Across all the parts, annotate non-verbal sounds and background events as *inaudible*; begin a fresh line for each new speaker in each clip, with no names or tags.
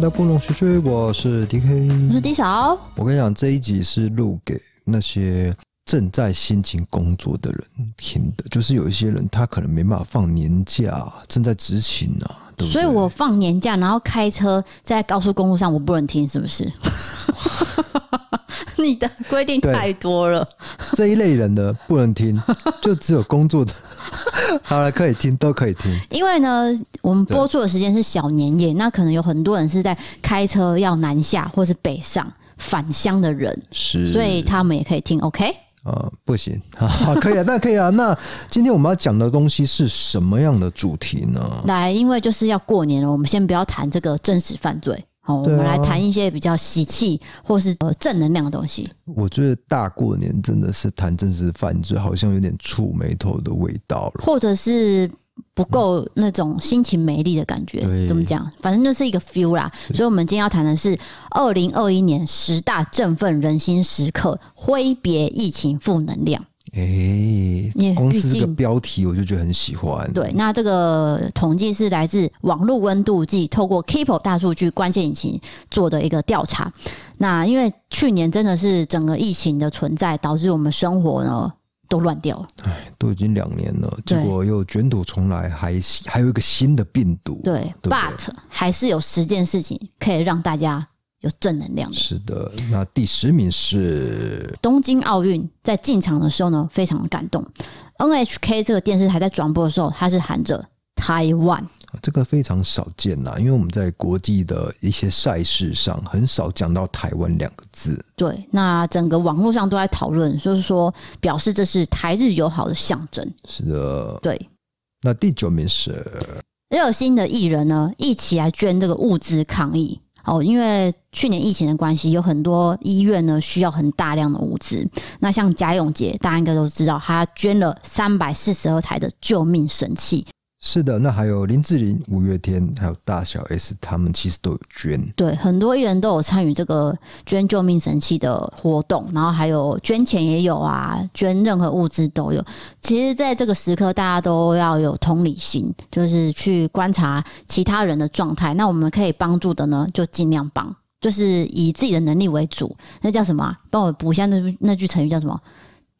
到故弄玄虚，我是 DK，
我是 D 小，
我跟你讲，这一集是录给那些正在辛勤工作的人听的，就是有一些人他可能没办法放年假，正在执勤啊，对不对？
所以我放年假，然后开车在高速公路上，我不能听，是
*laughs*
不是？你的规定
对
太多了，
这一类人呢不能
*laughs*
听，就只有工作的， *laughs* 好了可以听，都可以听。
因为呢，我们播出的时间是小年夜，那可能有很多人是在开车要南下或是北上返乡的人，
是
所以他们也可以听。OK，
呃，不行， *laughs* 好，可以啊，那可以啊。那今天我们要讲的东西是什么样的主题呢？
来，因为就是要过年了，我们先不要谈这个真实犯罪。好，我
对啊
们来谈一些比较喜气或是呃正能量的东西。
我觉得大过年真的是谈政治犯罪，好像有点触眉头的味道了。
或者是不够那种心情美丽的感觉，
对
怎么讲？反正就是一个 feel 啦。所以，我们今天要谈的是二零二一年十大振奋人心时刻，挥别疫情负能量。
哎、
也
公司
毕
这个
竟
标题我就觉得很喜欢。
对，那这个统计是来自网络温度计，透过 Keepo 大数据关键引擎做的一个调查。那因为去年真的是整个疫情的存在，导致我们生活呢都乱掉了。
都已经两年了，结
对
果又卷土重来，还还有一个新的病毒。
对
对不对
b u t 还是有十件事情可以让大家有正能量的。
是的。那第十名是
东京奥运在进场的时候呢，非常的感动。NHK 这个电视台在转播的时候，它是喊着台湾，
这个非常少见呐、因为我们在国际的一些赛事上很少讲到台湾两个字。
对，那整个网络上都在讨论，就是说表示这是台日友好的象征。
是的。
对，
那第九名是
热心的艺人呢，一起来捐这个物资抗疫。哦，因为去年疫情的关系，有很多医院呢需要很大量的物资。那像贾永杰，大家应该都知道，他捐了三百四十二台的救命神器，
是的，那还有林志玲、五月天，还有大小 S，他们其实都有捐。
对，很多艺人都有参与这个捐救命神器的活动，然后还有捐钱也有啊，捐任何物资都有。其实，在这个时刻，大家都要有同理心，就是去观察其他人的状态。那我们可以帮助的呢，就尽量帮，就是以自己的能力为主。那叫什么、啊？帮我补一下那句那句成语叫什么？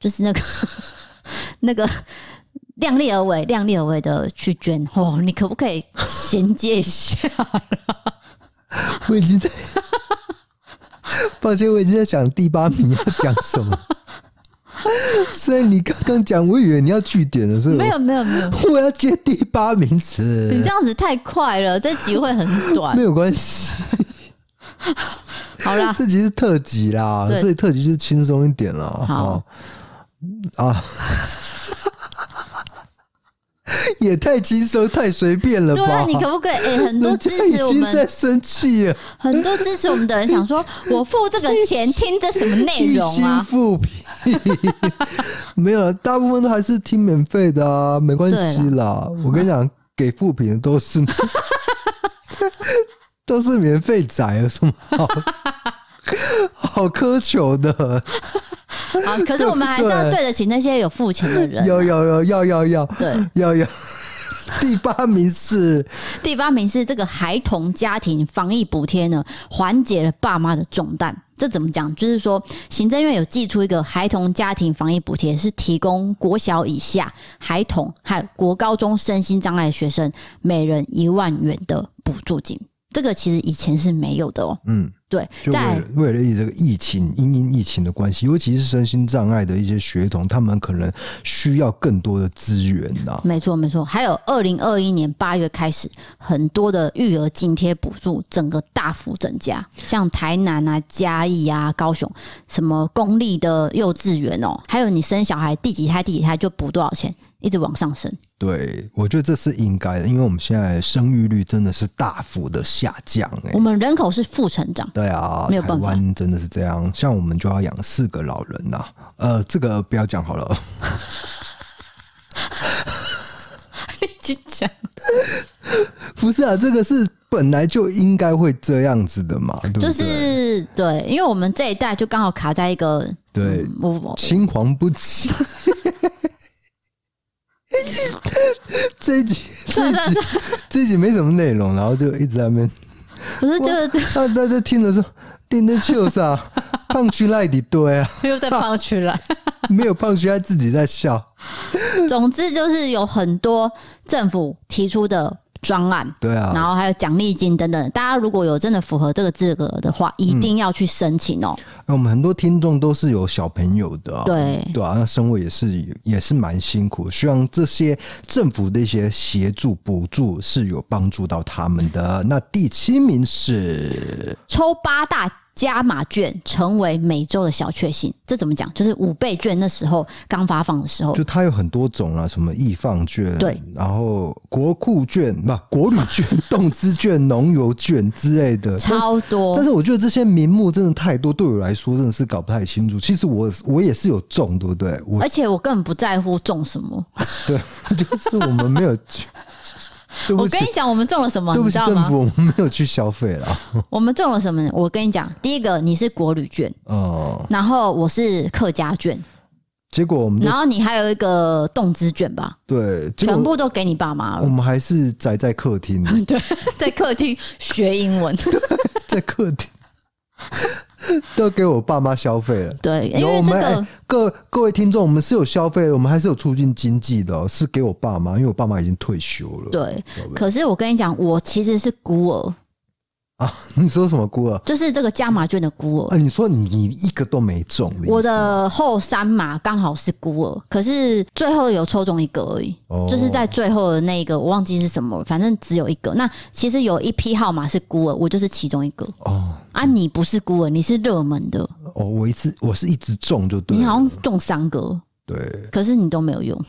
就是那个 *laughs* 那个。量力而为，量力而为的去捐哦，你可不可以衔接一下？
我已经
*laughs*
在，抱歉，我已经在想第八名要讲什么。所以你刚刚讲，我以为你要据点了，所以
没有，没有，没有。
我我要接第八名词
你，这样子太快了，这集会很短 *laughs*
没。有关系，
好啦，
这集是特辑啦，
对
所以特辑就是轻松一点啦。
好
哦啊， *laughs* 也太轻松，太随便了
对
吧？
啊，你可不可以？哎、很多
人
支
家已
持我
经在
们，
生气了，
很多支持我们的人想说，我付这个钱听这什么内
一
容
心
*laughs* 啊？
复评，没有了，大部分都还是听免费的啊，没关系啦。我跟你讲，给复评的都是都是免费仔，有什么好好苛求的？
啊，可是我们还是要
对
对得起那些有付钱的人、啊
要要要要要要
对，
要要。第八名是
第八名是这个孩童家庭防疫补贴呢，缓解了爸妈的重担。这怎么讲？就是说，行政院有寄出一个孩童家庭防疫补贴，是提供国小以下孩童还有国高中身心障碍学生每人一万元的补助金。这个其实以前是没有的哦。
嗯，
对，
就为
在
了为了这个疫情，因因疫情的关系，尤其是身心障碍的一些学童，他们可能需要更多的资源呐、
没错没错，还有二零二一年八月开始，很多的育儿津贴补助整个大幅增加，像台南啊、嘉义啊、高雄，什么公立的幼稚园哦，还有你生小孩第几胎第几胎就补多少钱，一直往上升。
对，我觉得这是应该的，因为我们现在生育率真的是大幅的下降、欸，
我们人口是负成 *laughs* 长，
对啊，
哦没有
台
办法
湾真的是这样，像我们就要养四个老人呐、呃，这个不要讲好
*laughs*
了，
去讲
不是啊，这个是本来就应该会这样子的嘛，对不对？
就是对，因为我们这一代就刚好卡在一个嗯
对，
我我
青黄不
*laughs*
接。这一集，这
算
一
了算
集
了，
这一集没什么内容，然后就一直在那边
我是觉得
那大家听了说，练的就是啊，胖区赖底对啊，
*laughs* 又在放出来。
*laughs* 没有胖区他自己在笑，
*laughs* 总之就是有很多政府提出的专案。
对啊，
然后还有奖励金等等，大家如果有真的符合这个资格的话，一定要去申请哦、
那哎我们很多听众都是有小朋友的、啊，
对
对啊，那生活也是也是蛮辛苦，希望这些政府的一些协助补助是有帮助到他们
*laughs*
的。那第七名是
抽八大加码券成为每周的小确幸，这怎么讲？就是五倍券那时候刚发放的时候
就，它有很多种啊，什么易放券，
哦对，
然后国库券、不国旅券、 *laughs* 动资券、农游券之类的，
超多
但是我觉得这些名目真的太多，对我来说真的是搞不太清楚。其实我我也是有中，对不对？我
而且我根本不在乎中什么。
*laughs* 对，就是我们没有
*laughs*
去。对
我
不起
跟，你讲，我们中了什么，
对
你
不
知
起
道
政
吗？
府，我们没有去消费了。
我们中了什么？我跟你讲，第一个你是国旅券，
哦，
然后我是客家券，
结果我们就
然后你还有一个动资券吧，
对，结
全
果
部都给你爸妈
我
了。
们还是宅在客厅，
*laughs* 对，在客厅学英文。
在客厅都给我爸妈消费了。
对，因
有
为
我
这
们、
个
哎各各位听众，我们是有消费的，我们还是有促进经济的哦、是给我爸妈，因为我爸妈已经退休了。
对，可是我跟你讲，我其实是孤儿，
啊， *laughs* 你说什么孤儿？
就是这个加码券的孤儿。
啊，你说你一个都没中的意思吗，
我的后三码刚好是孤儿，可是最后有抽中一个而已，
哦
就是在最后的那一个我忘记是什么了，反正只有一个。那其实有一批号码是孤儿，我就是其中一个
哦
啊。你不是孤儿，你是热门的，
哦，我一次我是一直中就对了，
你好像中三个，
对
可是你都没有用。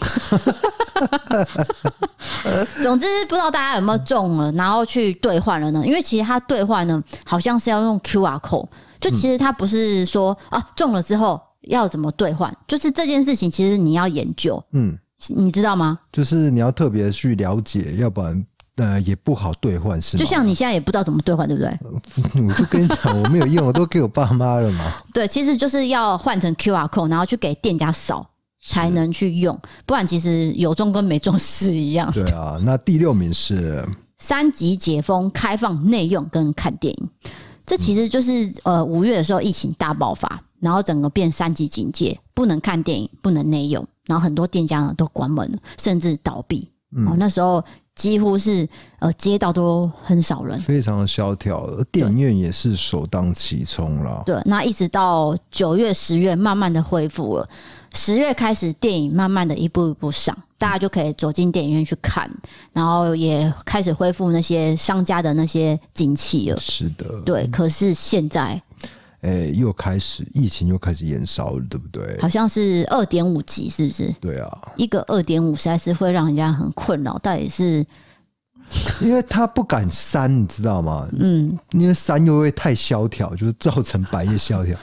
总之不知道大家有没有中了，然后去兑换了呢？因为其实它兑换呢，好像是要用 QR code，就其实它不是说啊中了之后要怎么兑换，就是这件事情其实你要研究，
嗯，
你知道吗？
就是你要特别去了解，要不然呃也不好兑换，是吗？
就像你现在也不知道怎么兑换，对不对？
*laughs* 我就跟你讲，我没有用，我都给我爸妈
*laughs*
了嘛。
对，其实就是要换成 QR code，然后去给店家扫才能去用，不然其实有中跟没中是一样。
对啊，那第六名是
三级解封，开放内用跟看电影。这其实就是呃五月的时候疫情大爆发，然后整个变三级警戒，不能看电影，不能内用，然后很多店家呢都关门了，甚至倒闭。哦，那时候几乎是呃街道都很少人。
非常的萧条，电影院也是首当其冲了。
对，那一直到九月、十月，慢慢的恢复了。十月开始，电影慢慢的一步一步上，大家就可以走进电影院去看，然后也开始恢复那些商家的那些景气了。
是的，
对，可是现在
哎、又开始疫情又开始延烧了，对不对？
好像是二点五级，是不是？
对啊，
一个二点五实在是会让人家很困扰，到底是
因为他不敢删，你知道吗？
嗯，
因为三又会太萧条，就是造成百业萧条。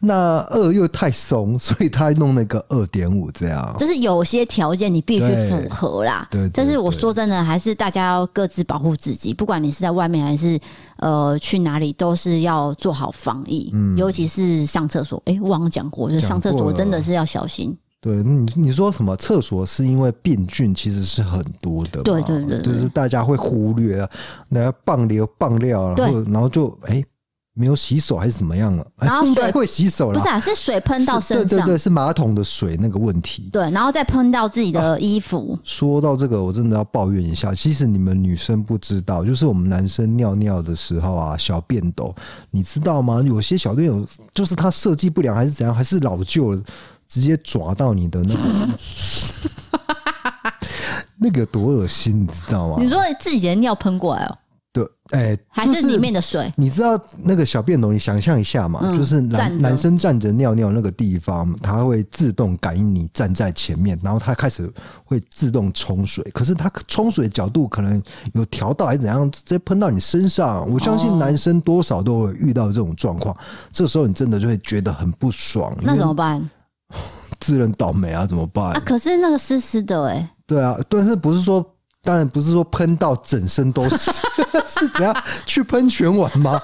那二又太松，所以他弄了一个二点五这样。
就是有些条件你必须符合啦。
哦对对对
但是我说真的，还是大家要各自保护自己，不管你是在外面还是呃去哪里，都是要做好防疫，尤其是上厕所。诶，我忘了讲过，就是上厕
嗯讲过
所
了
真的是要小心。
对你你说什么厕所是因为病菌其实是很多的嘛，
对对对
就
对
是大家会忽略啊，那棒流棒料啊，
对
然后然后就哎、没有洗手还是怎么样了，哎
然后
应
水
该会洗手
不
了
是，啊，是水喷到
是对
身
对
上，
对，是马桶的水那个问题。
对，然后再喷到自己的衣服。
说到这个，我真的要抱怨一下。其实你们女生不知道，就是我们男生尿尿的时候啊，小便斗，你知道吗？有些小便斗就是它设计不良，还是怎样，还是老旧了，直接抓到你的那个，
*laughs*
那个多恶心，你知道吗
你？说自己的尿喷过来哦、
对，哎、
还
就是
里面的水？
你知道那个小便斗，你想象一下嘛，
嗯
就是
站
男
着
男生站着尿尿那个地方，它会自动感应你站在前面，然后它开始会自动冲水。可是它冲水角度可能有调到还是怎样，直接喷到你身上。我相信男生多少都会遇到这种状况，这时候你真的就会觉得很不爽。
那怎么
因为
办？
自认倒霉啊？怎么办？
啊，可是那个湿湿的哎、
对啊，但是不是说，当然不是说喷到整身都是， *laughs* 是怎样去喷泉玩吗？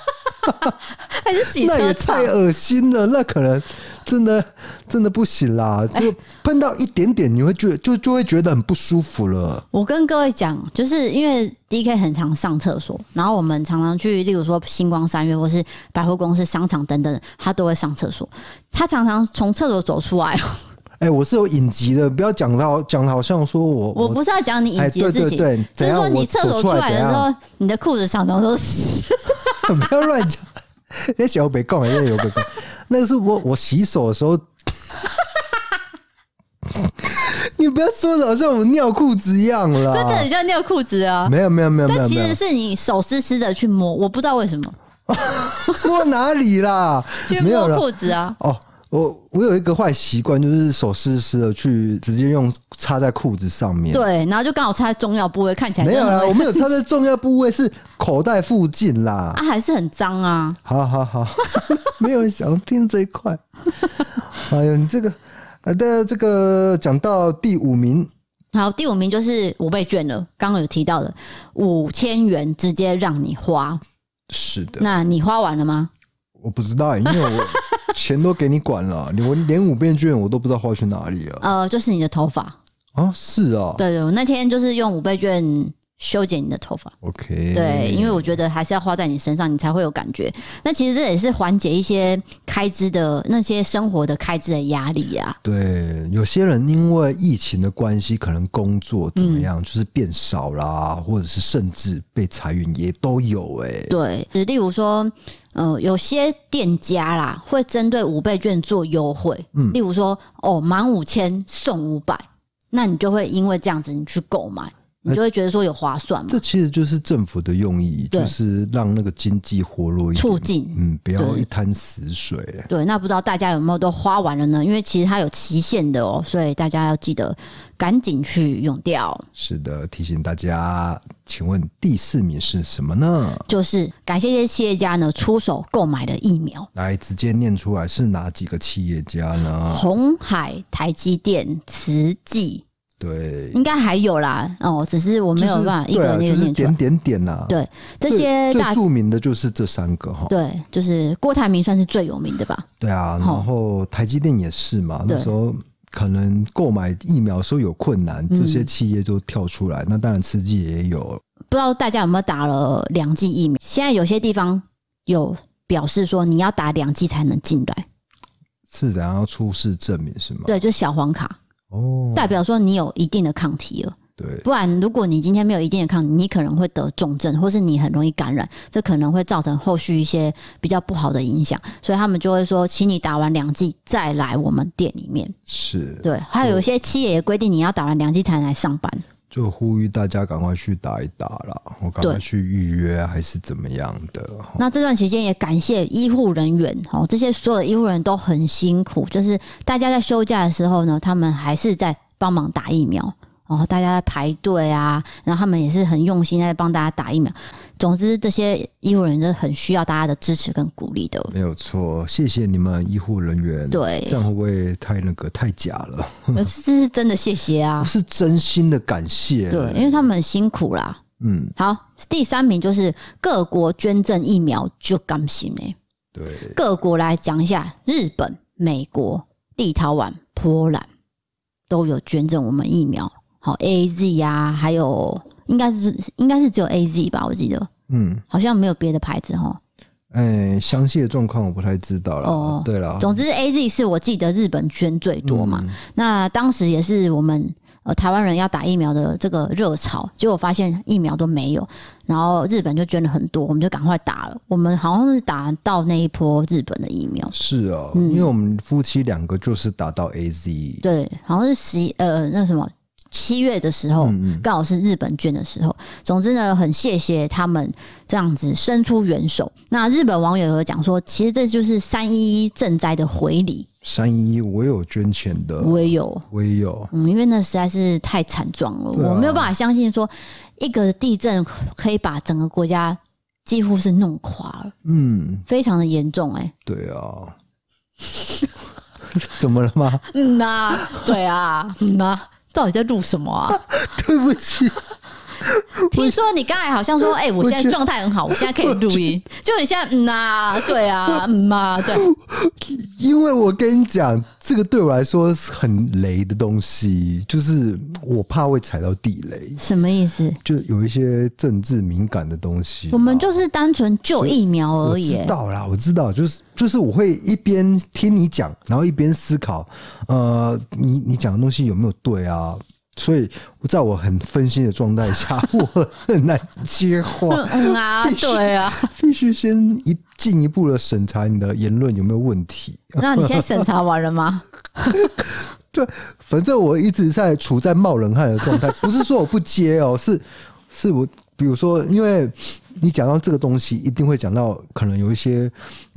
还是洗
那
车
也
场
太？恶心了，那可能真的真的不行啦，
哎
就碰到一点点，你会觉得就就会觉得很不舒服了。
我跟各位讲，就是因为 D K 很常上厕所，然后我们常常去，例如说星光三月或是百货公司、商场等等，他都会上厕所。他常常从厕所走出来哦，
哎、我是有隐疾的，不要讲到讲的好像说我
我不是要讲你
哎
隐疾的事情，
对对对
就
怎
是
样
说你
我
厕
走
所
出
出
来
来的
怎
时
样
候，你的裤子常常都 *laughs* 是。
不要乱讲，那小北共，那有北共，那个是我我洗手的时候，你不要说的好像我尿裤子一样啦，
真的很像尿裤子啊！
没有没有哦没有没
但
有
其
没
实
有，
是你手湿湿的去摸，我不知道为什么
摸哪里
*laughs*
啦
去？
没有
摸
啦。
裤子啊。
哦。我我有一个坏习惯，就是手湿湿的去直接用插在裤子上面。，
对，然后就刚好插在重要部位，看起来
没有
真的 *laughs*
啦，
会
我没有插在重要部位，是 *laughs* 口袋附近啦。
啊，还是很脏啊。
好好好， *laughs* 没有人想听这一块。 *laughs* 哎呀，你这个，呃，的这个讲到第五名，
好，第五名就是五倍券了，刚刚有提到的五千元直接让你花，
是的，
那你花完了吗？
我不知道、因为我钱都给你管了，你我连五遍券我都不知道花去哪里了。
呃，就是你的头发，
啊，是啊
对对，我那天就是用五倍券修剪你的头发。
，OK，
对，因为我觉得还是要花在你身上，你才会有感觉。那其实这也是缓解一些开支的那些生活的开支的压力啊。
对，有些人因为疫情的关系，可能工作怎么
嗯
样，就是变少啦，或者是甚至被裁员也都有、欸。哎，
对，就是例如说，呃，有些店家啦会针对五倍券做优惠，嗯，例如说，哦，满五千送五百，那你就会因为这样子你去购买，你就会觉得说有划算嘛，
这其实就是政府的用意，
对
就是让那个经济活络一点，
促进。
嗯，不要
对
一滩死水。
对，那不知道大家有没有都花完了呢？因为其实它有期限的哦，所以大家要记得赶紧去用掉。
是的，提醒大家，请问第四名是什么呢？
就是感谢这些企业家呢出手购买的疫苗，
来，直接念出来是哪几个企业家呢？
红海、台积电、慈济，
对，
应该还有啦。哦，只是我没有
就是
办法一
对
个
啊，
那
就
个
是
念出来
点。点点呐、
对这
最
些
最
大
著名的就是这三个哈。
对，就是郭台铭算是最有名的吧。
对啊，然后台积电也是嘛，那
对
时候可能购买疫苗的时候有困难，
嗯
这些企业都跳出来。那当然，慈济也有，
不知道大家有没有打了两剂疫苗？现在有些地方有表示说你要打两剂才能进来，
是然后出示证明是吗？
对，就是小黄卡，
哦，
代表说你有一定的抗体了。
对，
不然，如果你今天没有一定的抗体，你可能会得重症，或是你很容易感染，这可能会造成后续一些比较不好的影响。所以他们就会说，请你打完两剂再来我们店里面。
是。
对，还有有些企业也规定你要打完两剂才能来上班。
就呼吁大家赶快去打一打啦，我赶快
对
去预约还是怎么样的？哈
那这段期间也感谢医护人员哦，这些所有的医护人员都很辛苦，就是大家在休假的时候呢，他们还是在帮忙打疫苗哦，大家在排队啊，然后他们也是很用心在帮大家打疫苗。总之，这些医护人员真的很需要大家的支持跟鼓励的。
没有错，谢谢你们医护人员。
对
这样会不会太那个太假了？
这是真的谢谢
我
啊，
是真心的感谢。
对，因为他们很辛苦啦。
嗯，
好，第三名就是各国捐赠疫苗就甘心呢。
对，
各国来讲一下，日本、美国、立陶宛、波兰都有捐赠我们疫苗，好 A Z 啊，还有应该是应该是只有 A Z 吧，我记得
嗯，
好像没有别的牌子哈。
哎，详细的状况我不太知道了。
哦
对了，
总之 A Z 是我记得日本捐最多嘛，
嗯
那当时也是我们。呃，台湾人要打疫苗的这个热潮，结果发现疫苗都没有，然后日本就捐了很多，我们就赶快打了。我们好像是打到那一波日本的疫苗，
是哦，
嗯
因为我们夫妻两个就是打到 A Z，
对，好像是十一呃那什么七月的时候，
嗯
刚好是日本卷的时候。总之呢，很谢谢他们这样子伸出援手。那日本网友有讲说，其实这就是三一一赈灾的回礼，
三一我有捐钱的，
我也有。
我也有，
嗯，因为那实在是太惨状了，
对啊
我没有办法相信说一个地震可以把整个国家几乎是弄垮了，
嗯，
非常的严重哎、
对啊， *laughs* 怎么了吗？
嗯呐、 *laughs* 对啊，嗯呐、到底在录什么啊？
对不起，
听说你刚才好像说，
呃
哎、我现在状态很好，我现在可以录音。就你现在，嗯啊，对啊，嗯啊，对，
因为我跟你讲，这个对我来说是很雷的东西，就是我怕会踩到地雷，
什么意思？
就有一些政治敏感的东西。
我们就是单纯就疫苗而
我
已、
知道啦，我知道，就是就是我会一边听你讲，然后一边思考，呃，你你讲的东西有没有对啊？所以在我很分心的状态下，我很难接话。
嗯 *laughs*
*laughs*
啊，
必须
对啊。
必须先一进一步的审查你的言论有没有问题。
那你现在审查完了吗？
对，反正我一直在处在冒冷汗的状态，不是说我不接哦，是是我，比如说，因为你讲到这个东西，一定会讲到可能有一些。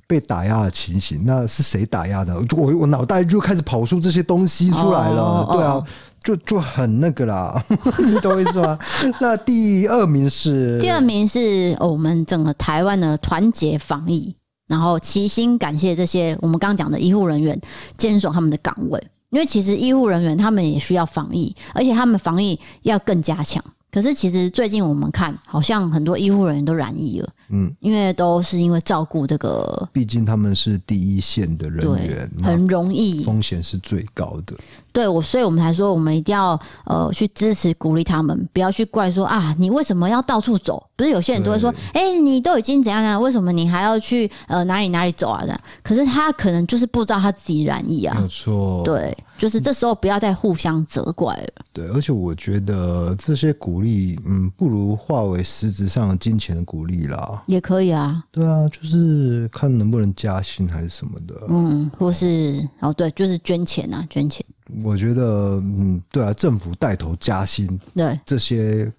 被打压的情形，那是谁打压的？就我我脑袋就开始跑出这些东西出来了，
哦
对啊，
哦
就就很那个啦， *laughs* 你懂我意思吗？那第二名是
第二名是、哦我们整个台湾的团结防疫，然后齐心感谢这些我们刚刚讲的医护人员坚守他们的岗位，因为其实医护人员他们也需要防疫，而且他们防疫要更加强。可是其实最近我们看，好像很多医护人员都染疫了，
嗯，
因为都是因为照顾这个
毕竟他们是第一线的人
对
员，，
很容易
风险是最高的。
对我，所以我们才说，我们一定要呃去支持鼓励他们，不要去怪说啊，你为什么要到处走？不是有些人都会说，哎、你都已经怎样啊，为什么你还要去呃哪里哪里走啊？这样，可是他可能就是不知道他自己染疫啊。
没有错，
对，就是这时候不要再互相责怪了。
对，而且我觉得这些鼓励，嗯，不如化为实质上的金钱的鼓励啦。
也可以啊，
对啊，就是看能不能加薪还是什么的。
嗯，或是哦，对，就是捐钱啊，捐钱。
我觉得，嗯，对啊，政府带头加薪
对，
这些，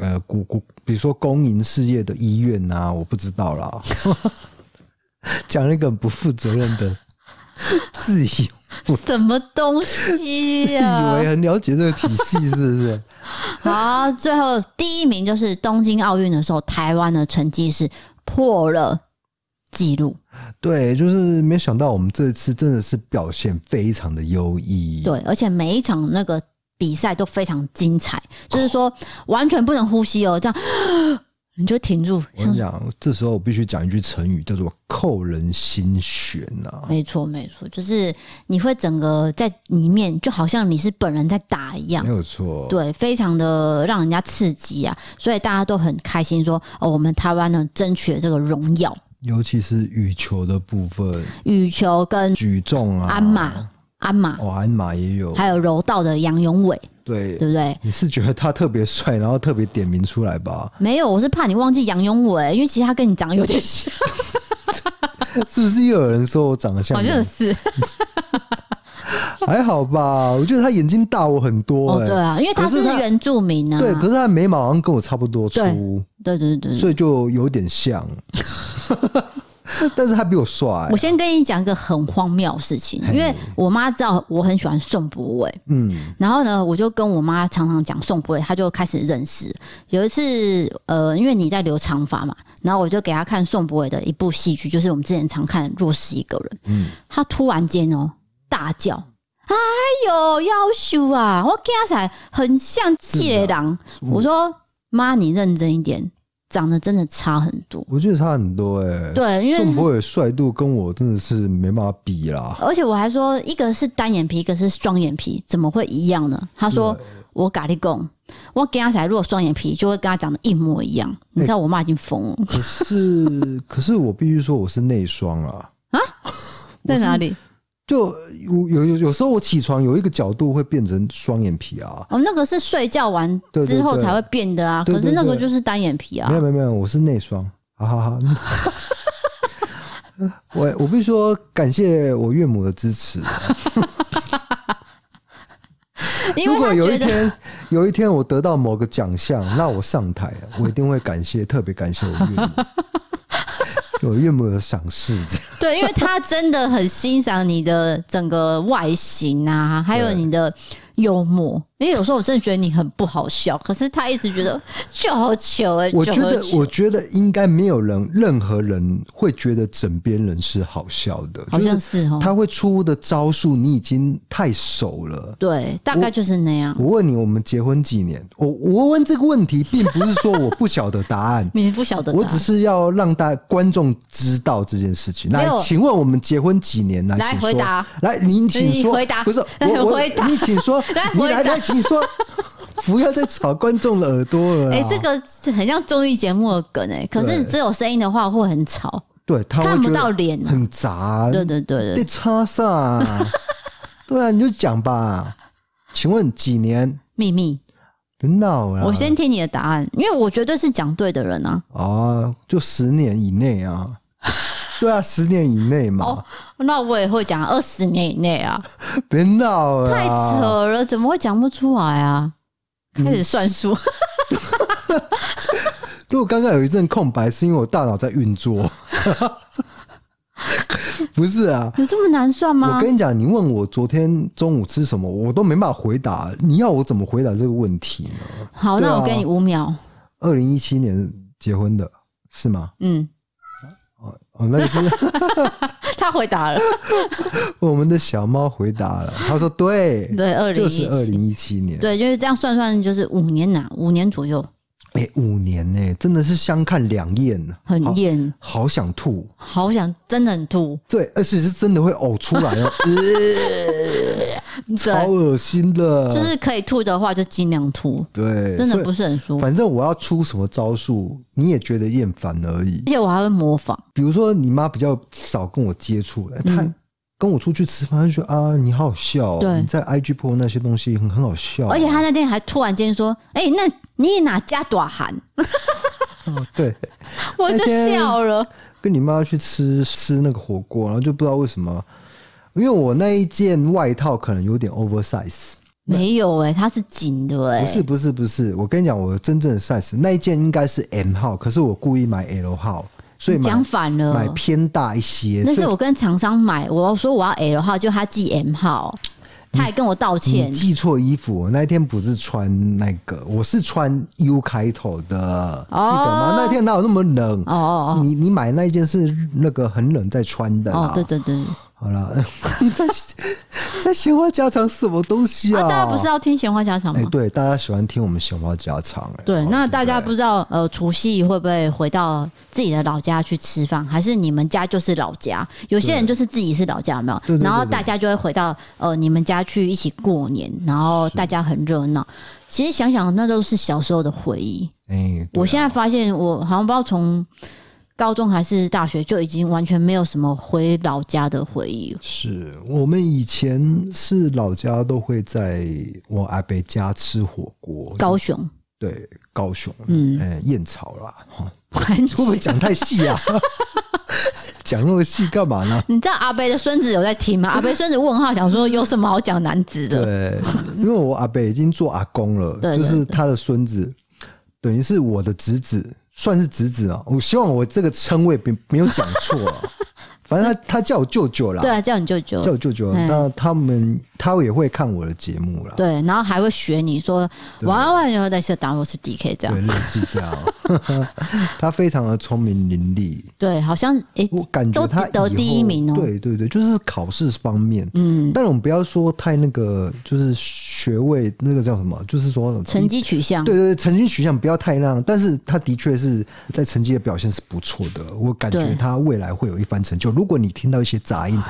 呃，股股，比如说公营事业的医院啊，我不知道啦。 *laughs* 讲了一个很不负责任的自
*laughs*
以
什么东西
自以
啊？
为很了解这个体系，是不是？ *laughs*
好，最后第一名就是东京奥运的时候，台湾的成绩是破了纪录。
对，就是没想到我们这次真的是表现非常的优异。
对，而且每一场那个比赛都非常精彩，就是说完全不能呼吸哦，这样 *gasps* 你就停住。
我跟
像
你讲，这时候我必须讲一句成语，叫做“扣人心弦”呐。
没错，没错，就是你会整个在里面，就好像你是本人在打一样
没。有错，
对，非常的让人家刺激啊，所以大家都很开心说，哦，我们台湾呢争取了这个荣耀，
尤其是羽球的部分，
羽球跟
举重啊，
鞍马，鞍马，
哦，鞍马也有，
还有柔道的杨永伟，
对
对，不对？
你是觉得他特别帅，然后特别点名出来吧？
没有，我是怕你忘记杨永伟，因为其实他跟你长得有点像，
是不是又有人说我长得 *laughs* 像
好
你？
像是。
还好吧，我觉得他眼睛大我很多、
哦，
哎
对啊，因为他
可
是
是他
原住民啊，
对，可是他的眉毛好像跟我差不多
对
粗，嗯
对对对对
所以就有点像，
*laughs*
但是他比我帅、
我先跟你讲一个很荒谬的事情，因为我妈知道我很喜欢宋博伟，
嗯，
然后呢，我就跟我妈常常讲宋博伟，她就开始认识。有一次，呃，因为你在留长发嘛，然后我就给她看宋博伟的一部戏剧，就是我们之前常看的《若是一个人》。
嗯
她突然间哦大叫：“哎呦，要修啊！我跟她才很像气雷狼。”
啊
我说：“妈，你认真一点，长得真的差很多。”
我觉得差很多哎、
对，因
宋
为
博伟帅度跟我真的是没办法比啦。
而且我还说，一个是单眼皮，一个是双眼皮，怎么会一样呢？他说我咖喱贡，我跟他起来，如果双眼皮就会跟他长得一模一样。
哎
你知道我妈已经疯了、
*laughs* 可是，可是我必须说我是内双啊。
在哪里？
就有有有有时候我起床有一个角度会变成双眼皮啊。
哦，那个是睡觉完
对对
之后
对
才会变的啊，
对对
可是那个
对
就是单眼皮啊
没。有没有没有，我是内双。好好好。 *laughs* 我我必须说感谢我岳母的支持。
因
如
为
果
他
有
觉
一
得
天有一天我得到某个奖项，那我上台了，我一定会感谢，特别感谢我岳母， *laughs* 我岳母的赏识。这样
*laughs* 对，因为他真的很欣赏你的整个外形啊，还有你的幽默，因为有时候我真的觉得你很不好笑，可是他一直觉得就好糗哎、欸，
我觉
就好
得，
糗
我觉得应该没有人，任何人会觉得枕边人是好笑的，
好像
就是
哦，
他会出的招数你已经太熟了。
对，大概就是那样。，
我问你，我们结婚几年？我我问这个问题，并不是说我不晓得答案
你 *laughs* 不晓得啊答
我
案，
只是要让大观众知道这件事情。
没
来
有，
请问我们结婚几年？来，
来
请说
回答。
来，您请说。
你回答
不是
*laughs* 来
我，我
回答
你请说
*laughs* 来。
你
回
来
答
来，请说。 *laughs* 不要再吵观众的耳朵了啦。
哎、这个是很像综艺节目的梗哎、可是
对
只有声音的话会很吵，
对他会
看不
觉得
到脸啊。
很杂。
对对对
被
对，
插上 *laughs* 啊，对啊，你就讲吧。请问几年？
秘密。
别闹了。
我先听你的答案，因为我绝对是讲对的人啊。
哦，就十年以内啊。 *laughs* 对啊，十年以内嘛
哦，那我也会讲二十年以内啊，
别闹了。啊
太扯了，怎么会讲不出来啊？
嗯
开始算
*laughs*
数，
如果刚刚有一阵空白，是因为我大脑在运作。 *laughs* 不是啊，
有这么难算
我
吗？
跟你讲，你问我昨天中午吃什么，我都没办法回答。你要我怎么回答这个问题呢？
好，
对啊
那我给你五秒。
二零一七年结婚的是吗？
嗯， *laughs*
哦，那是 *laughs*
他回答了，
我们的小猫回答了，他说对，
对，二零
就
一
是二
七，
零一七年，
对，就是这样算算，就是五年呐、五年左右，
哎、五年呢、真的是相看两厌啊，
很厌，
好想吐。
好想真的很吐，
对，而且是真的会呕出来
*laughs*
哦，好
对，
恶心的。
就是可以吐的话就尽量吐，
嗯对，
真的
所以
不是很舒服，
反正我要出什么招数，你也觉得厌烦而已
而。且我还会模仿，
比如说，你妈比较少跟我接触，她跟我出去吃饭，她就说啊，你好好笑、哦，
嗯对
你在 IG po 那些东西很很好笑哦、
而且他那天还突然间说：“哎、那你哪家短韩
哦对，？”
我就笑了。
跟你妈去吃吃那个火锅，然后就不知道为什么，因为我那一件外套可能有点 oversize，
没有哎、他是紧的哎、
不是不是不是，我跟你讲，我真正的 size 那一件应该是 M 号，可是我故意买 L 号，所以
你讲
买
反
买
了。
偏大一些。
那
所
是
以
我跟厂商买，我说我要 L 号，就他寄 M 号，他还跟我道
你
歉。
记错衣服，我那一天不是穿那个，我是穿 U 开头的，记得吗？那天哪有那么冷？
哦哦
你你买那一件是那个很冷再穿的啊
哦
啦
哦，对对对，
好
*laughs*
了，你在在闲话家常什么东西
啊，
啊？
大家不是要听闲话家常
哎、
吗？
对，大家喜欢听我们闲话家常、哎，
对，
哦
那大家
对
不知道呃，除夕会不会回到自己的老家去吃饭，还是你们家就是老家？有些人就是自己是老家，有没有？
对对对
然后
对
大家就会回到呃你们家去一起过年，然后大家很热闹。其实想想，那都是小时候的回忆。
哎、对
我现在发现，我好像不知道从高中还是大学就已经完全没有什么回老家的回忆了。
是我们以前是老家都会在我阿伯家吃火锅，*laughs*
高雄，
对高雄，嗯，
嗯
哎、燕巢啦，
*laughs*
哈
完
会不会
全
讲太细啊？ *laughs* 讲那么细干嘛呢？
你知道阿贝的孙子有在听吗？阿贝孙子问号想
*laughs*
说有什么好讲男子的？
对，因为我阿伯已经做阿公了，
对对
就是他的孙子，等于是我的侄子，算是侄子啊。我希望我这个称谓没没有讲错
*laughs*
啊。反正他他叫我舅舅啦，
对啊，叫你舅舅。
叫我舅舅。
嗯
那他们他也会看我的节目啦，
对，然后还会学你说玩玩，然后再是打我是 DK
对，
这样。
类似这样。
*laughs*
他非常的聪明伶俐，
对，好像诶，
我感觉
都
他
得
以后
第一名哦
对对对，就是考试方面。
嗯，
但我们不要说太那个，就是学位那个叫什么，就是说
成绩取向
对对对，成绩取向不要太那样，但是他的确是在成绩的表现是不错的，我感觉
对
他未来会有一番成就。如果你听到一些杂
*laughs*
音，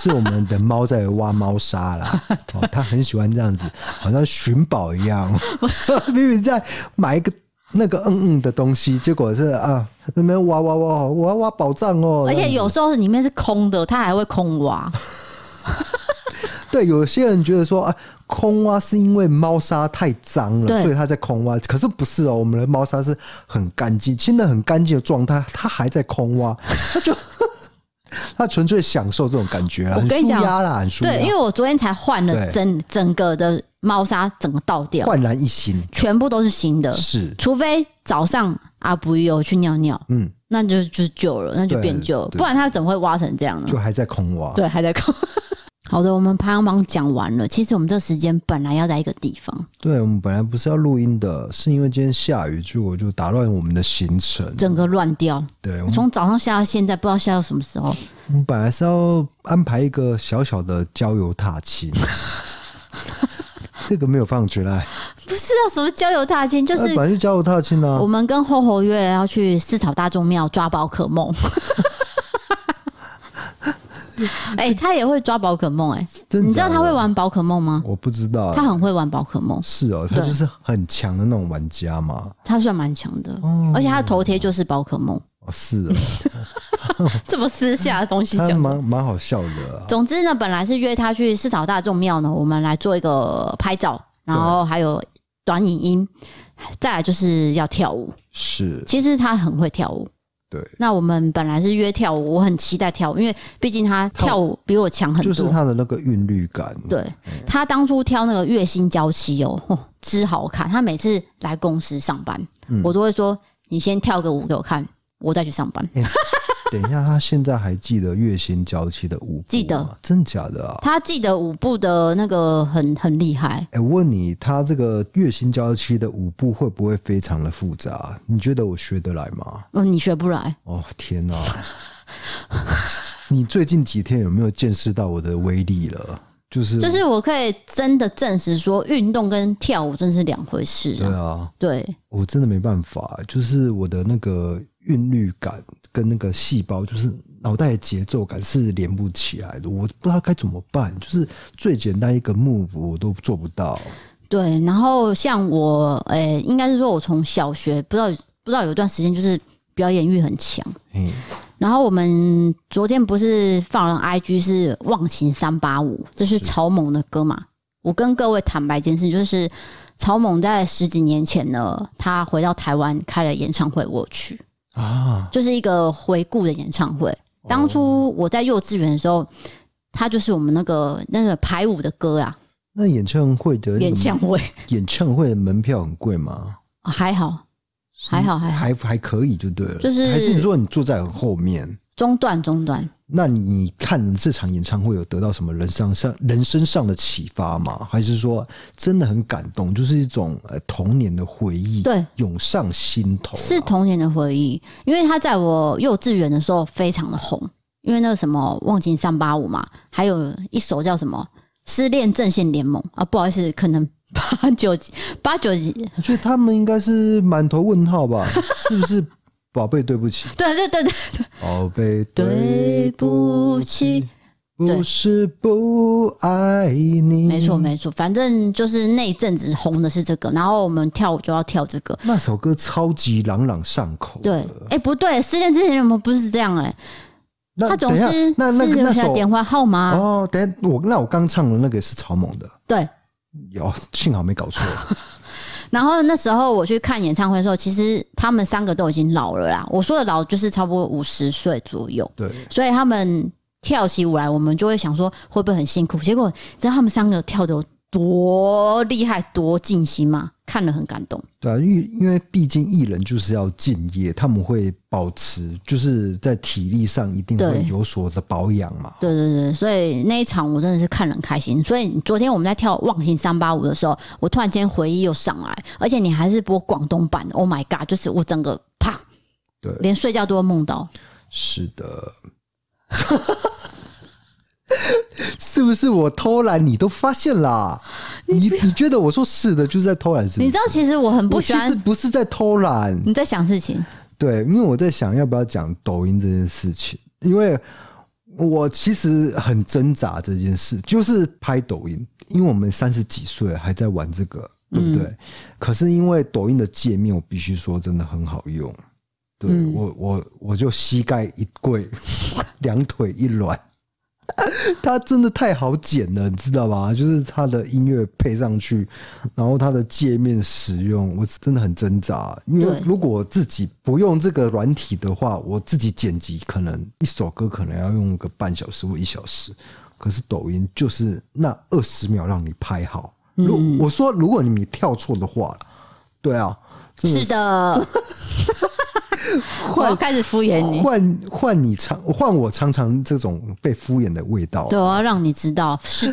是我们的猫在挖猫砂啦，哦，他很喜欢这样子，好像寻宝一样， *laughs* 明明在买一个。那个嗯嗯的东西，结果是啊，那边挖挖挖，我要挖宝藏哦。
而
这样
且
子
有时候里面是空的，他还会空挖。
对有些人觉得说啊，空挖是因为猫砂太脏了，
对
所以它在空挖。可是不是哦，我们的猫砂是很干净，清的很干净的状态，它还在空挖，它就 *laughs* 它纯粹享受这种感觉啊，
我
很
跟
舒
你讲
压啦，很舒
对，因
压，
为我昨天才换了
啊对
整整个的猫砂，整个倒掉，
焕然一新。
全部都是新的，
是，
除非早上阿布有去尿尿，
嗯，
那就就是旧了，那就
对
变旧了，
对
不然他怎么会挖成这样呢
就？还在空挖。
对，还在空。 *laughs* 好的，我们排行榜讲完了，其实我们这时间本来要在一个地方，
对我们本来不是要录音的，是因为今天下雨，结果就打乱我们的行程。
整个乱掉，
对，我们
从早上下到现在，不知道下到什么
*laughs*
时候。
我们本来是要安排一个小小的郊游踏青， *laughs* 这个没有放出来。
不是啊，什么郊游踏青，就
那
是
本来就郊游踏青哎啊
我，们跟后侯约了要去四草大众庙抓宝可梦。 *laughs* 哎、他也会抓宝可梦哎、
真的
你知道
假
他
的
会？玩宝可梦吗？
我不知道欸、
他很会玩宝可梦，
是哦，他
对
就是很强的那种玩家嘛。
他算蛮强的，
哦
而且他的头贴就是宝可梦， *laughs*
哦是哦，
这么私下的东西
他
讲。
蛮蛮好笑的啊、
*laughs* 总之呢，本来是约他去四草大众庙呢，我们来做一个拍照，然后还有短影音，再来就是要跳舞。
是，
其实他很会跳舞。
对，
那我们本来是约跳舞，我很期待跳舞，因为毕竟他跳舞比我强很
就
多。
是他的嗯那个韵律感。
对他当初挑那个月薪娇妻哦，吼之好看。他每次来公司上班，
嗯
我都会说：“你先跳个舞给我看，我再去上班。
等一下，他现在还记得月薪娇妻的舞步吗
记得，
真假的啊？
他记得舞步的那个很很厉害，
哎、我问你，他这个月薪娇妻的舞步会不会非常的复杂？你觉得我学得来吗？
嗯，你学不来。
哦，天
*laughs*
哪、你最近几天有没有见识到我的威力了？就是
就是我可以真的证实说，运动跟跳舞真是两回事
对
啊、
啊，
对，
我真的没办法，欸就是我的那个韵律感跟那个细胞，就是脑袋的节奏感是连不起来的。我不知道该怎么办，就是最简单一个 move 我都做不到。
对，然后像我，诶、应该是说我从小学不知道不知道有一段时间就是表演欲很强。
嗯，
然后我们昨天不是放了 IG 是《忘情三八五》，这是草蜢的歌嘛？我跟各位坦白一件事，就是草蜢在十几年前呢，他回到台湾开了演唱会，我有去，
啊，
就是一个回顾的演唱会。当初我在幼稚园的时候，他就是我们那个那个排舞的歌啊，
那演唱会的那个
演唱会哦
演唱会的门票很贵吗？
还好，还好还好，
还还可以就对了。
就是
还是你说你坐在很后面，
中段中段。
那你看这场演唱会有得到什么人上上人身上的启发吗？还是说真的很感动，就是一种呃童年的回忆，
对，
涌上心头、
是，童年的回忆，因为他在我幼稚园的时候非常的红，因为那个什么《忘情三八五》嘛，还有一首叫什么《失恋阵线联盟》啊，不好意思，可能八九级八九级，
我觉得他们应该是满头问号
*laughs*
吧？是不是？宝贝，对不起，
对对对对，
宝贝，
对不起，
不是不爱你，
没错没错，反正就是那一阵子红的是这个，然后我们跳舞就要跳这个。
那首歌超级朗朗上口
对
的。，
哎、不对，失恋阵线联盟不是这样哎、
那
他总
等一下
是
那那
是
个
留
那
下
首
电话号码、
哦，等一下我那我刚唱的那个是草蜢的，
对，
有幸好没搞
*laughs*
错。
然后那时候我去看演唱会的时候，其实他们三个都已经老了啦。我说的老就是差不多五十岁左右，
对，
所以他们跳起舞来，我们就会想说会不会很辛苦？结果你知道他们三个跳的有多厉害、多尽心吗？看了很感动。
对啊，因为因为毕竟艺人就是要敬业，他们会保持就是在体力上一定会
对
有所的保养嘛。
对对对，所以那一场我真的是看了很开心。所以昨天我们在跳《忘情三八五》的时候，我突然间回忆又上来，而且你还是播广东版的，Oh my god！就是我整个啪，
对
连睡觉都会梦到。
是的， *laughs* 是不是我偷懒你都发现啦？你你觉得我说是的，就是在偷懒是不
你
是？
知道，其实我很不
我
喜
其实
欢
不是在偷懒，
你在想事情。
对，因为我在想要不要讲抖音这件事情，因为我其实很挣扎这件事，就是拍抖音，因为我们三十几岁还在玩这个，对不
嗯
对？可是因为抖音的界面，我必须说真的很好用，对、
嗯
我我我就膝盖一跪， *laughs* 两腿一软。 *laughs* 它真的太好剪了，你知道吧？就是它的音乐配上去，然后它的界面使用，我真的很挣扎。因为
对
如果我自己不用这个软体的话，我自己剪辑可能一首歌可能要用个半小时或一小时，可是抖音就是那二十秒让你拍好。如
嗯
我说， *laughs* 如果你跳错的话，对啊，真的
是的，我要开始敷衍
*laughs*
你。
换换你尝，换我尝尝这种被敷衍的味道。
对，我要让你知道，是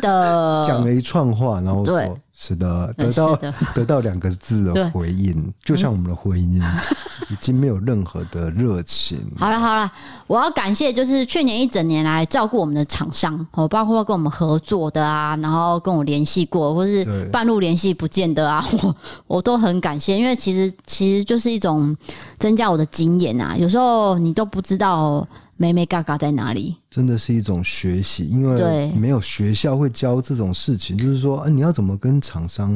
*laughs*
的，
讲了一串话，然后
对
说是的，
对
得到
是的
*laughs* 得到两个字
对嗯
的回应，就像我们的婚姻 *laughs* 已经没有任何的热情。
好了好了，我要感谢就是去年一整年来照顾我们的厂商哦，包括跟我们合作的啊，然后跟我联系过，或是
对
半路联系不见的啊， *laughs* 我我都很感谢，因为其实其实就是一种增加我的经验啊。有时候你都不知道妹妹嘎嘎在哪里，
真的是一种学习，因
对
为没有学校会教这种事情，就是说，啊、你要怎么跟厂商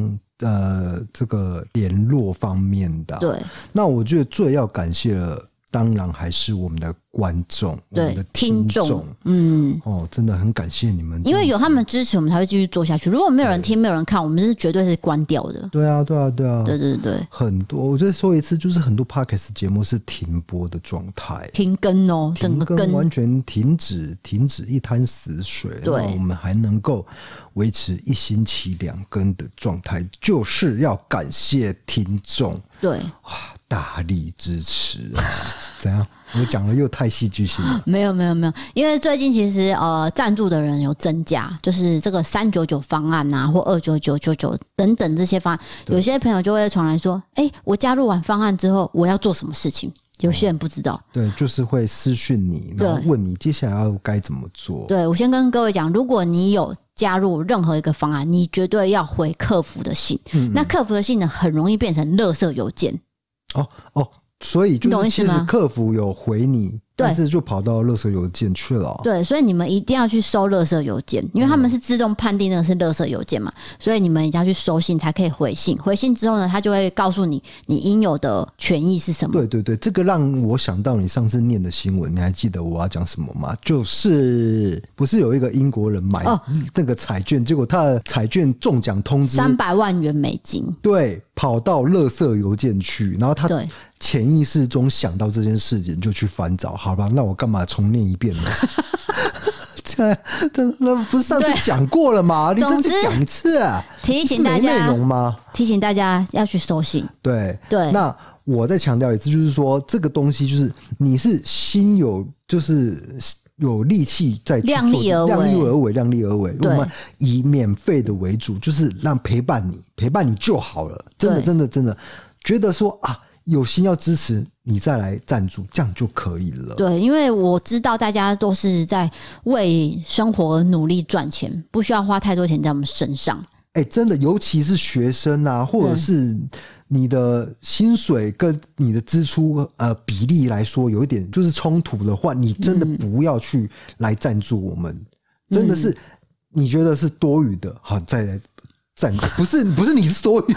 呃这个联络方面的啊、
对
那我觉得最要感谢的，当然还是我们的观众，我们
对
的，
听众，嗯。
哦，真的很感谢你们，
因为有他们支持，我们才会继续做下去。如果没有人听，没有人看，我们是绝对是关掉的。
对啊，对啊，对啊，
对对对，
很多，我再说一次，就是很多 podcast 节目是停播的状态，
停更哦，整
停
个
更完
更
全停止，停止一滩死水。
对
那我们还能够维持一星期两更的状态，就是要感谢听众
对，
啊，大力支持
*laughs*
啊！怎样？我讲的又太戏剧性了。
没有没有没有，因为最近其实呃赞助的人有增加，就是这个三九九方案啊，或二九九九九等等这些方案，有些朋友就会传来说，哎、我加入完方案之后，我要做什么事
嗯
情？有些人不知道，
对，就是会私讯你，然后
对
问你接下来要该怎么做。
对我先跟各位讲，如果你有加入任何一个方案，你绝对要回客服的信。
嗯
那客服的信呢，很容易变成垃圾邮件。
哦哦，所以
你
就
懂
是
意思
其实
吗
客服有回你，但是就跑到垃圾邮件去了。
对，所以你们一定要去收垃圾邮
嗯
件，因为他们是自动判定那个是垃圾邮件嘛，所以你们一定要去收信才可以回信。回信之后呢，他就会告诉你你应有的权益是什么。
对对对，这个让我想到你上次念的新闻，你还记得我要讲什么吗？就是不是有一个英国人买
哦
那个彩券，结果他的彩券中奖通知，
三百万元美金，
对，跑到垃圾邮件去，然后他
对
潜意识中想到这件事情，就去翻找，好吧？那我干嘛重念一
*laughs*
遍呢？这这那不是上次
对
讲过了吗？你
总
这
之
次讲一次、啊，
提
是
醒大
没内
家
容，吗？
提醒大家要去收信。
对
对
那我再强调一次，就是说这个东西就是你是心有，就是有力气在去
量力
做这
而为
量力而为，量力而为。我
对
们以免费的为主，就是让陪伴你，陪伴你就好了。真的，
对
真的，真的，觉得说啊，有心要支持你再来赞助，这样就可以了。
对，因为我知道大家都是在为生活而努力赚钱，不需要花太多钱在我们身上。
哎、真的，尤其是学生啊，或者
对
是你的薪水跟你的支出呃比例来说有一点就是冲突的话，你真
嗯
的不要去来赞助我们，真的是你觉得是多余的，好再来赞助，不是不是你是多余，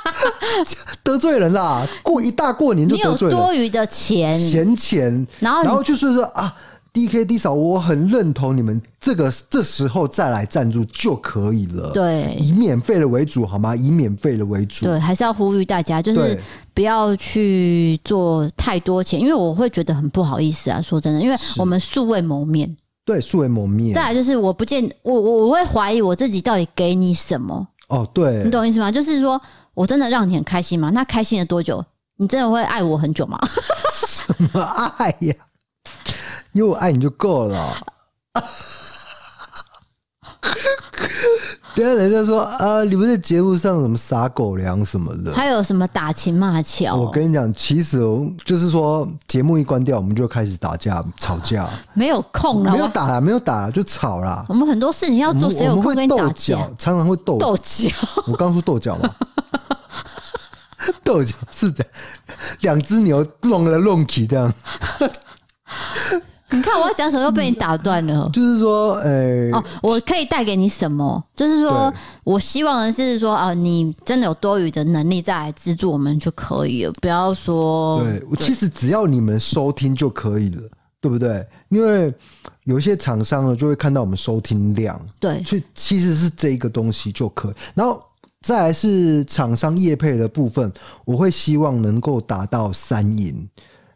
*laughs* 得罪人啦，过一大过年就
你
得
有
罪人，
多余的钱，
闲钱，
然后你
然后就是说啊。D K D 嫂，我很认同你们这个这时候再来赞助就可以了。
对
以免费的为主，好吗？以免费的为主。
对，还是要呼吁大家，就是
对
不要去做太多钱，因为我会觉得很不好意思啊。说真的，因为我们素未谋面，
对，素为谋面。
再来就是我不见我我我会怀疑我自己到底给你什么，
哦，对 *laughs*
你，懂我意思吗？就是说我真的让你很开心吗？那开心了多久？你真的会爱我很久吗？
什么爱哎呀？因为我爱你就够了。 *laughs* 等一下人家说啊，你们在节目上什么撒狗粮什么的。
还有什么打情骂俏？
我跟你讲，其实我就是说，节目一关掉，我们就开始打架、吵架，
没有空了，
没有
嗯我
打啦，没有打啦，就吵啦。
我们很多事情要
我
做，
们
谁
我
有
们
空跟
会
你
斗
打
角
架，？
常常会斗
斗角，
我刚说豆角嘛，豆角是这样，两只牛弄来弄去，这样
*laughs* 你看我要讲什么又被你打断了。
就是说，呃、
哦，我可以带给你什么？就是说
对，
我希望的是说，啊，你真的有多余的能力再来资助我们就可以了，不要说
对，我其实只要你们收听就可以了，对不对？因为有一些厂商呢，就会看到我们收听量，
对
去其实是这一个东西就可以。然后再来是厂商业配的部分，我会希望能够达到三赢，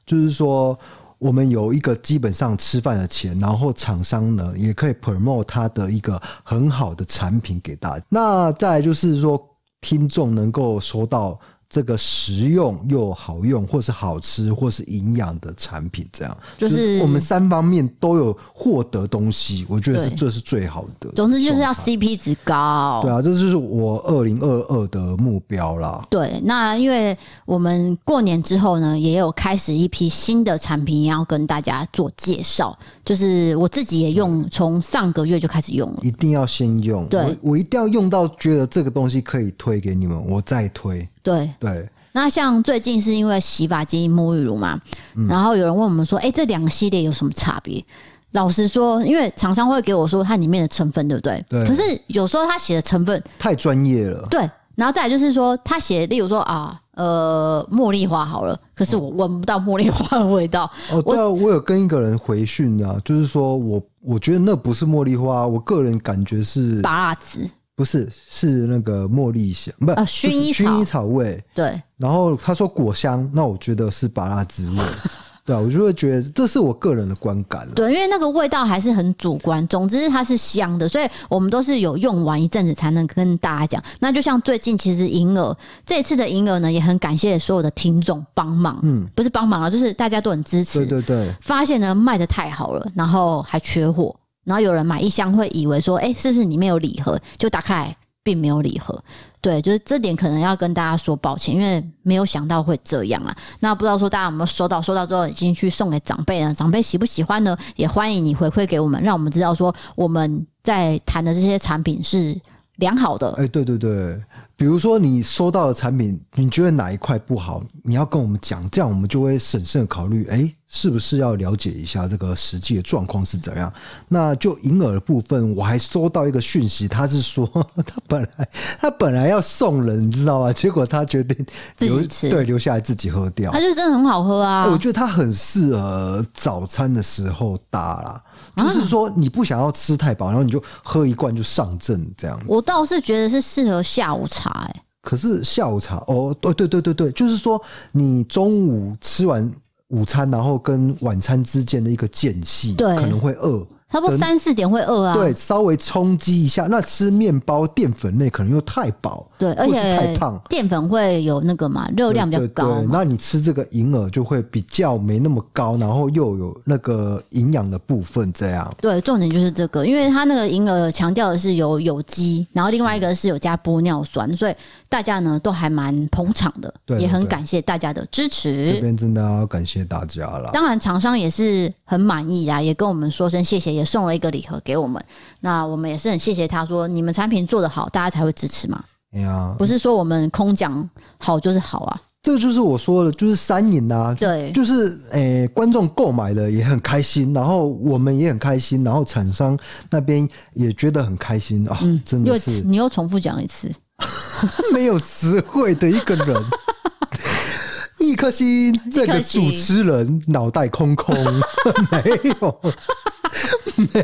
就是说我们有一个基本上吃饭的钱，然后厂商呢也可以 promote 它的一个很好的产品给大家。那再来就是说，听众能够收到。这个实用又好用，或是好吃，或是营养的产品，这样
就是
我们三方面都有获得东西，我觉得是
对
这是最好的。
总之就是要 CP 值高。
对啊，这就是我二零二二的目标啦。
对，那因为我们过年之后呢，也有开始一批新的产品要跟大家做介绍，就是我自己也用，从上个月就开始用了。
一定要先用，
对
我我一定要用到觉得这个东西可以推给你们，我再推。
对，
对，
那像最近是因为洗发精、沐浴乳嘛，然后有人问我们说，哎、这两个系列有什么差别？老实说，因为厂商会给我说它里面的成分，对不对？
对
可是有时候他写的成分，
太专业了。
对，然后再来就是说，他写，例如说啊，呃，茉莉花好了，可是我闻不到茉莉花的味道，
哦，对啊，我有跟一个人回讯啊，就是说我我觉得那不是茉莉花，啊我个人感觉是
拔蜡子，
不是是那个茉莉香，不是、
啊薰衣
不是
草
薰衣草味。
对，
然后他说果香，那我觉得是芭拉之
*laughs*
味。对啊，我就会觉得这是我个人的观感了。
对，因为那个味道还是很主观。总之它是香的，所以我们都是有用完一阵子才能跟大家讲。那就像最近其实银耳这次的银耳呢，也很感谢所有的听众帮忙，嗯，不是帮忙啊，就是大家都很支持。
对对对，
发现呢卖的太好了，然后还缺货，然后有人买一箱会以为说，哎、是不是里面有礼盒？就打开来并没有礼盒。对，就是这点可能要跟大家说抱歉，因为没有想到会这样啊。那不知道说大家有没有收到？收到之后已经去送给长辈了，长辈喜不喜欢呢？也欢迎你回馈给我们，让我们知道说我们在谈的这些产品是良好的。
哎、对对对，比如说你收到的产品，你觉得哪一块不好，你要跟我们讲，这样我们就会审慎考虑，哎、是不是要了解一下这个实际的状况是怎样？那就银耳的部分，我还收到一个讯息，他是说 *laughs* 他本来他本来要送人，你知道吗？结果他决定
自己
留
吃
对，留下来自己喝掉
它。就真的很好喝啊！
哎我觉得它很适合早餐的时候搭啦，
啊
就是说你不想要吃太饱，然后你就喝一罐就上阵这样子。
我倒是觉得是适合下午茶、哎，
可是下午茶哦，对对对对对，就是说你中午吃完午餐，然后跟晚餐之间的一个间隙，
对
可能会饿。
差不多三四点会饿啊。
对，稍微冲击一下。那吃面包淀粉类可能又太饱，
对，而
或是太
且
胖，
淀粉会有那个嘛，热量比较
对对
高
对
嘛。
那你吃这个银耳就会比较没那么高，然后又有那个营养的部分，这样
对，重点就是这个，因为它那个银耳强调的是有有机，然后另外一个是有加玻尿酸，所以大家呢都还蛮捧场的，
对对
也很
对
感谢大家的
这
支持。
边真的要感谢大家了。
当然，厂商也是很满意啦，也跟我们说声谢谢，也送了一个礼盒给我们。那我们也是很谢谢他说，你们产品做得好，大家才会支持嘛，
哎呀，
不是说我们空讲好就是好啊。
这就是我说的，就是三赢啊，就
对
就是诶、观众购买的也很开心，然后我们也很开心，然后厂商那边也觉得很开心啊、真
又
的是
你又重复讲一次，
*laughs* 没有词汇的一个
*laughs*
人。一颗心，这个主持人脑袋空
*laughs*
空，没有，没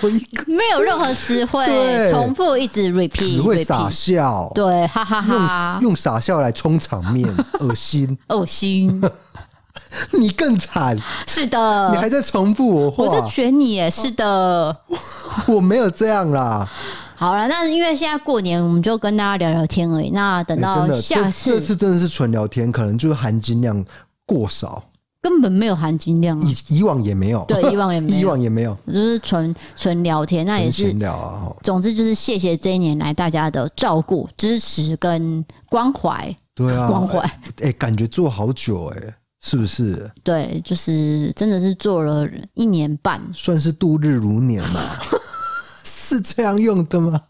有一个
没有任何词汇
对
重复，一直 repeat，
只会
repeat
傻笑，
对，啊哈哈哈
用，用傻笑来充场
*laughs*
面，恶心！
恶哦心。
你更惨，
是
你
的，
还在啊重复我
呃我就
话，
选你耶。是的，
我没有这样啦。
好了，那因为现在过年，我们就跟大家聊聊天而已。那等
欸
到
真的，
下
这这
次
次真的是纯聊天，可能就是含金量过少，
根本没有含金量啊，
以以往也没有，
对，以往也
*laughs*
没
以
有，
往也没有，
就是纯纯聊天，那也是
嗯闲。聊啊。吼
总之就是谢谢这一年来大家的照顾、支持跟关怀，
对
*laughs*
啊，
关怀。
哎、感觉做好久哎、是不是？
对，就是真的是做了一年半，
算是度日如年嘛？ *laughs* 是这样用的吗？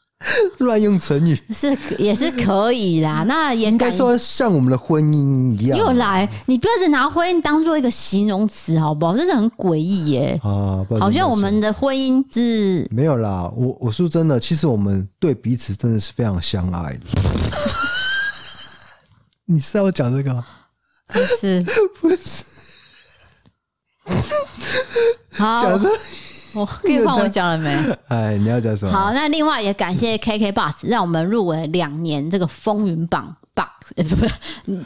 *laughs* 乱用成语，
是也是可以啦。那也
应
感
该说像我们的婚姻一样
又来，你不要只拿婚姻当做一个形容词，好不好？这是很诡异耶，
啊，不知道
好
怎
像
么
我们
说
的婚姻是
没有啦。我我说真的，其实我们对彼此真的是非常相爱的。 *laughs* 你是要讲这个吗？
是
不是
好，
讲这
我可以换我讲
*laughs*
了没？
哎，你要讲什么？
好，那另外也感谢 KK Bus 让我们入围两年这个风云榜 box，呃 *laughs* 不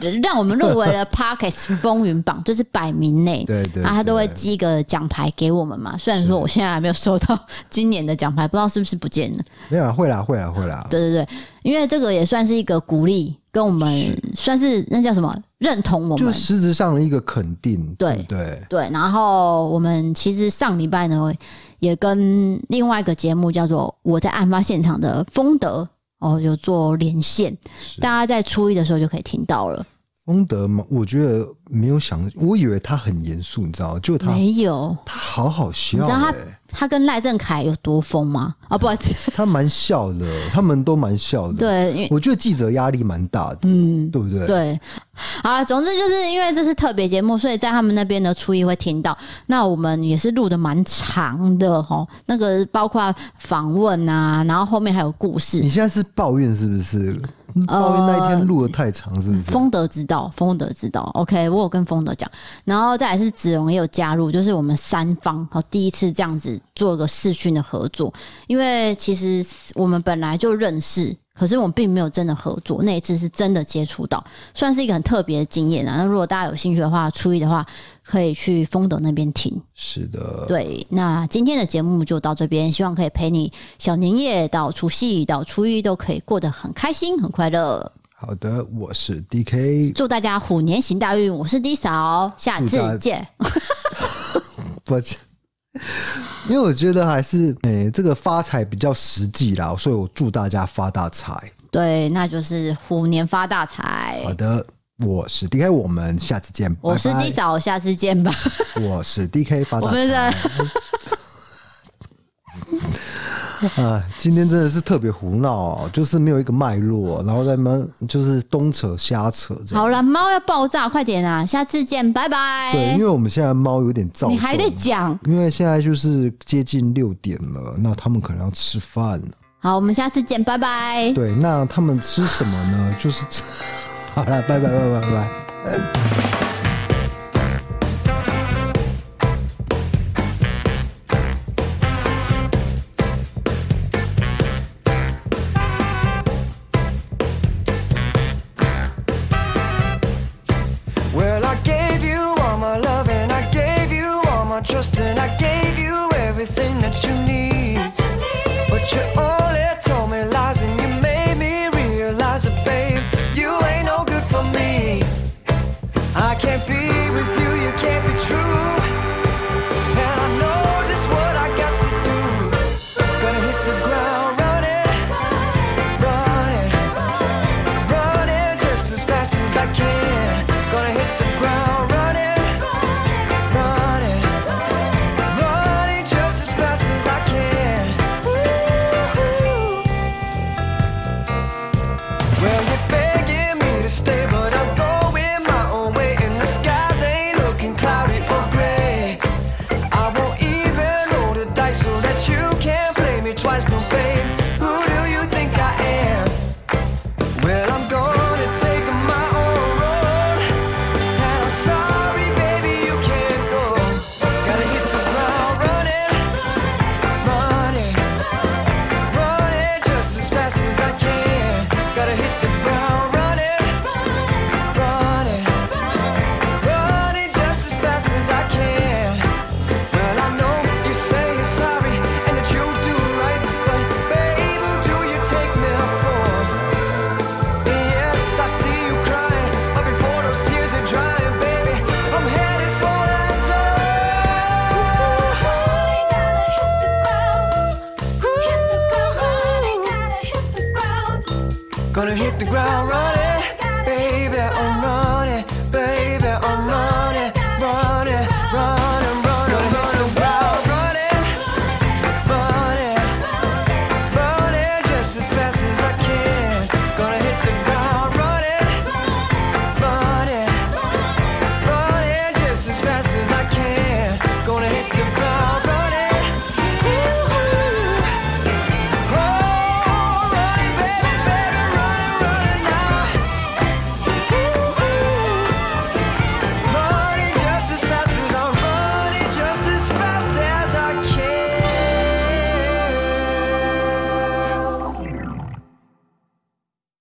是，让我们入围
*laughs*
了 Parkes 风云榜，就是百名内。
对对
啊，他都会
对
寄一个奖牌给我们嘛。虽然说我现在还没有收到今年的奖牌，不知道是不是不见了。
没有啦，会啦，会啦，会啦。
对对对，因为这个也算是一个鼓励，跟我们算是那叫什么认同我
就
们。
实质上的一个肯定，
对
不对，
对，然后我们其实上礼拜呢，也跟另外一个节目叫做《我在案发现场的风德》哦，有做连线，
是
大家在初一的时候就可以听到了。
丰德嘛，我觉得没有想，我以为他很严肃，你知道吗，就他
没有，
他好好笑、欸，
你知道他跟赖正凯有多疯吗？啊、不好
*laughs*
意思，
他蛮笑的，他们都蛮笑的。，
对，因为
我觉得记者压力蛮大的，
嗯，
对不对？
对，好了，总之就是因为这是特别节目，所以在他们那边的初一会听到。那我们也是录的蛮长的哦，那个包括访问啊，然后后面还有故事
你。现在是抱怨是不是？
呃
抱怨那一天录的太长是不是？
丰德知道，丰德知道，OK，我有跟丰德讲，然后再来是子荣也有加入，就是我们三方好第一次这样子做个视讯的合作，因为其实我们本来就认识，可是我们并没有真的合作，那一次是真的接触到，算是一个很特别的经验啊。那如果大家有兴趣的话，初一的话可以去丰德那边听。
是的，
对，那今天的节目就到这边，希望可以陪你小年夜到除夕到初一都可以过得很开心很快乐。
好的，我是 D K，
祝大家虎年行大运！我是 D 嫂，下
祝大家
次见。
不，因为我觉得还是诶、这个发财比较实际啦，所以我祝大家发大财。
对，那就是虎年发大财。
好的，我是 D K，我们下次见，
我是
拜拜
D 嫂，下次见吧。
我是 D K 发
我
大
们
财。 *laughs*
的
啊，今天真的是特别胡闹哦、就是没有一个脉络，哦然后在那边就是东扯瞎扯这样。
好了，猫要爆炸，快点啊！下次见，拜
对，
拜
因。为我们现在猫有点躁动，
你还在讲？
因为现在就是接近六点了，那他们可能要吃饭了。
好，我们下次见，拜拜。
对，那他们吃什么呢？就是 *laughs* 吃。好了，拜拜拜拜拜拜。
Well, I gave you all my love and I gave you all my trust and I gave you everything that you need. But you only told me lies and you made me realize that, babe, you ain't no good for me. I can't be with you, you can't be true. And I know just what I got to do. Gonna hit the ground running, running running just as fast as I can. Gonna hit the ground running, running, running just as fast as I can. Woo-hoo. Well, you're begging me to stay, but I'm going my own way, and the skies ain't looking cloudy or gray. I won't even roll the dice so that you can't play me twice, no babe. Who do you think I am? Well, I'm gonna take my own road. And I'm sorry, baby, you can't go. Gotta hit the ground running, running, running just as fast as I can. Gotta hit the ground running, running, running just as fast as I can. Well, I know you say you're sorry and that you do right, but baby, who do you take me for? Yes, I see you crying, but before those tears are drying, baby, I'm headed for that zone. Gonna hit the ground running.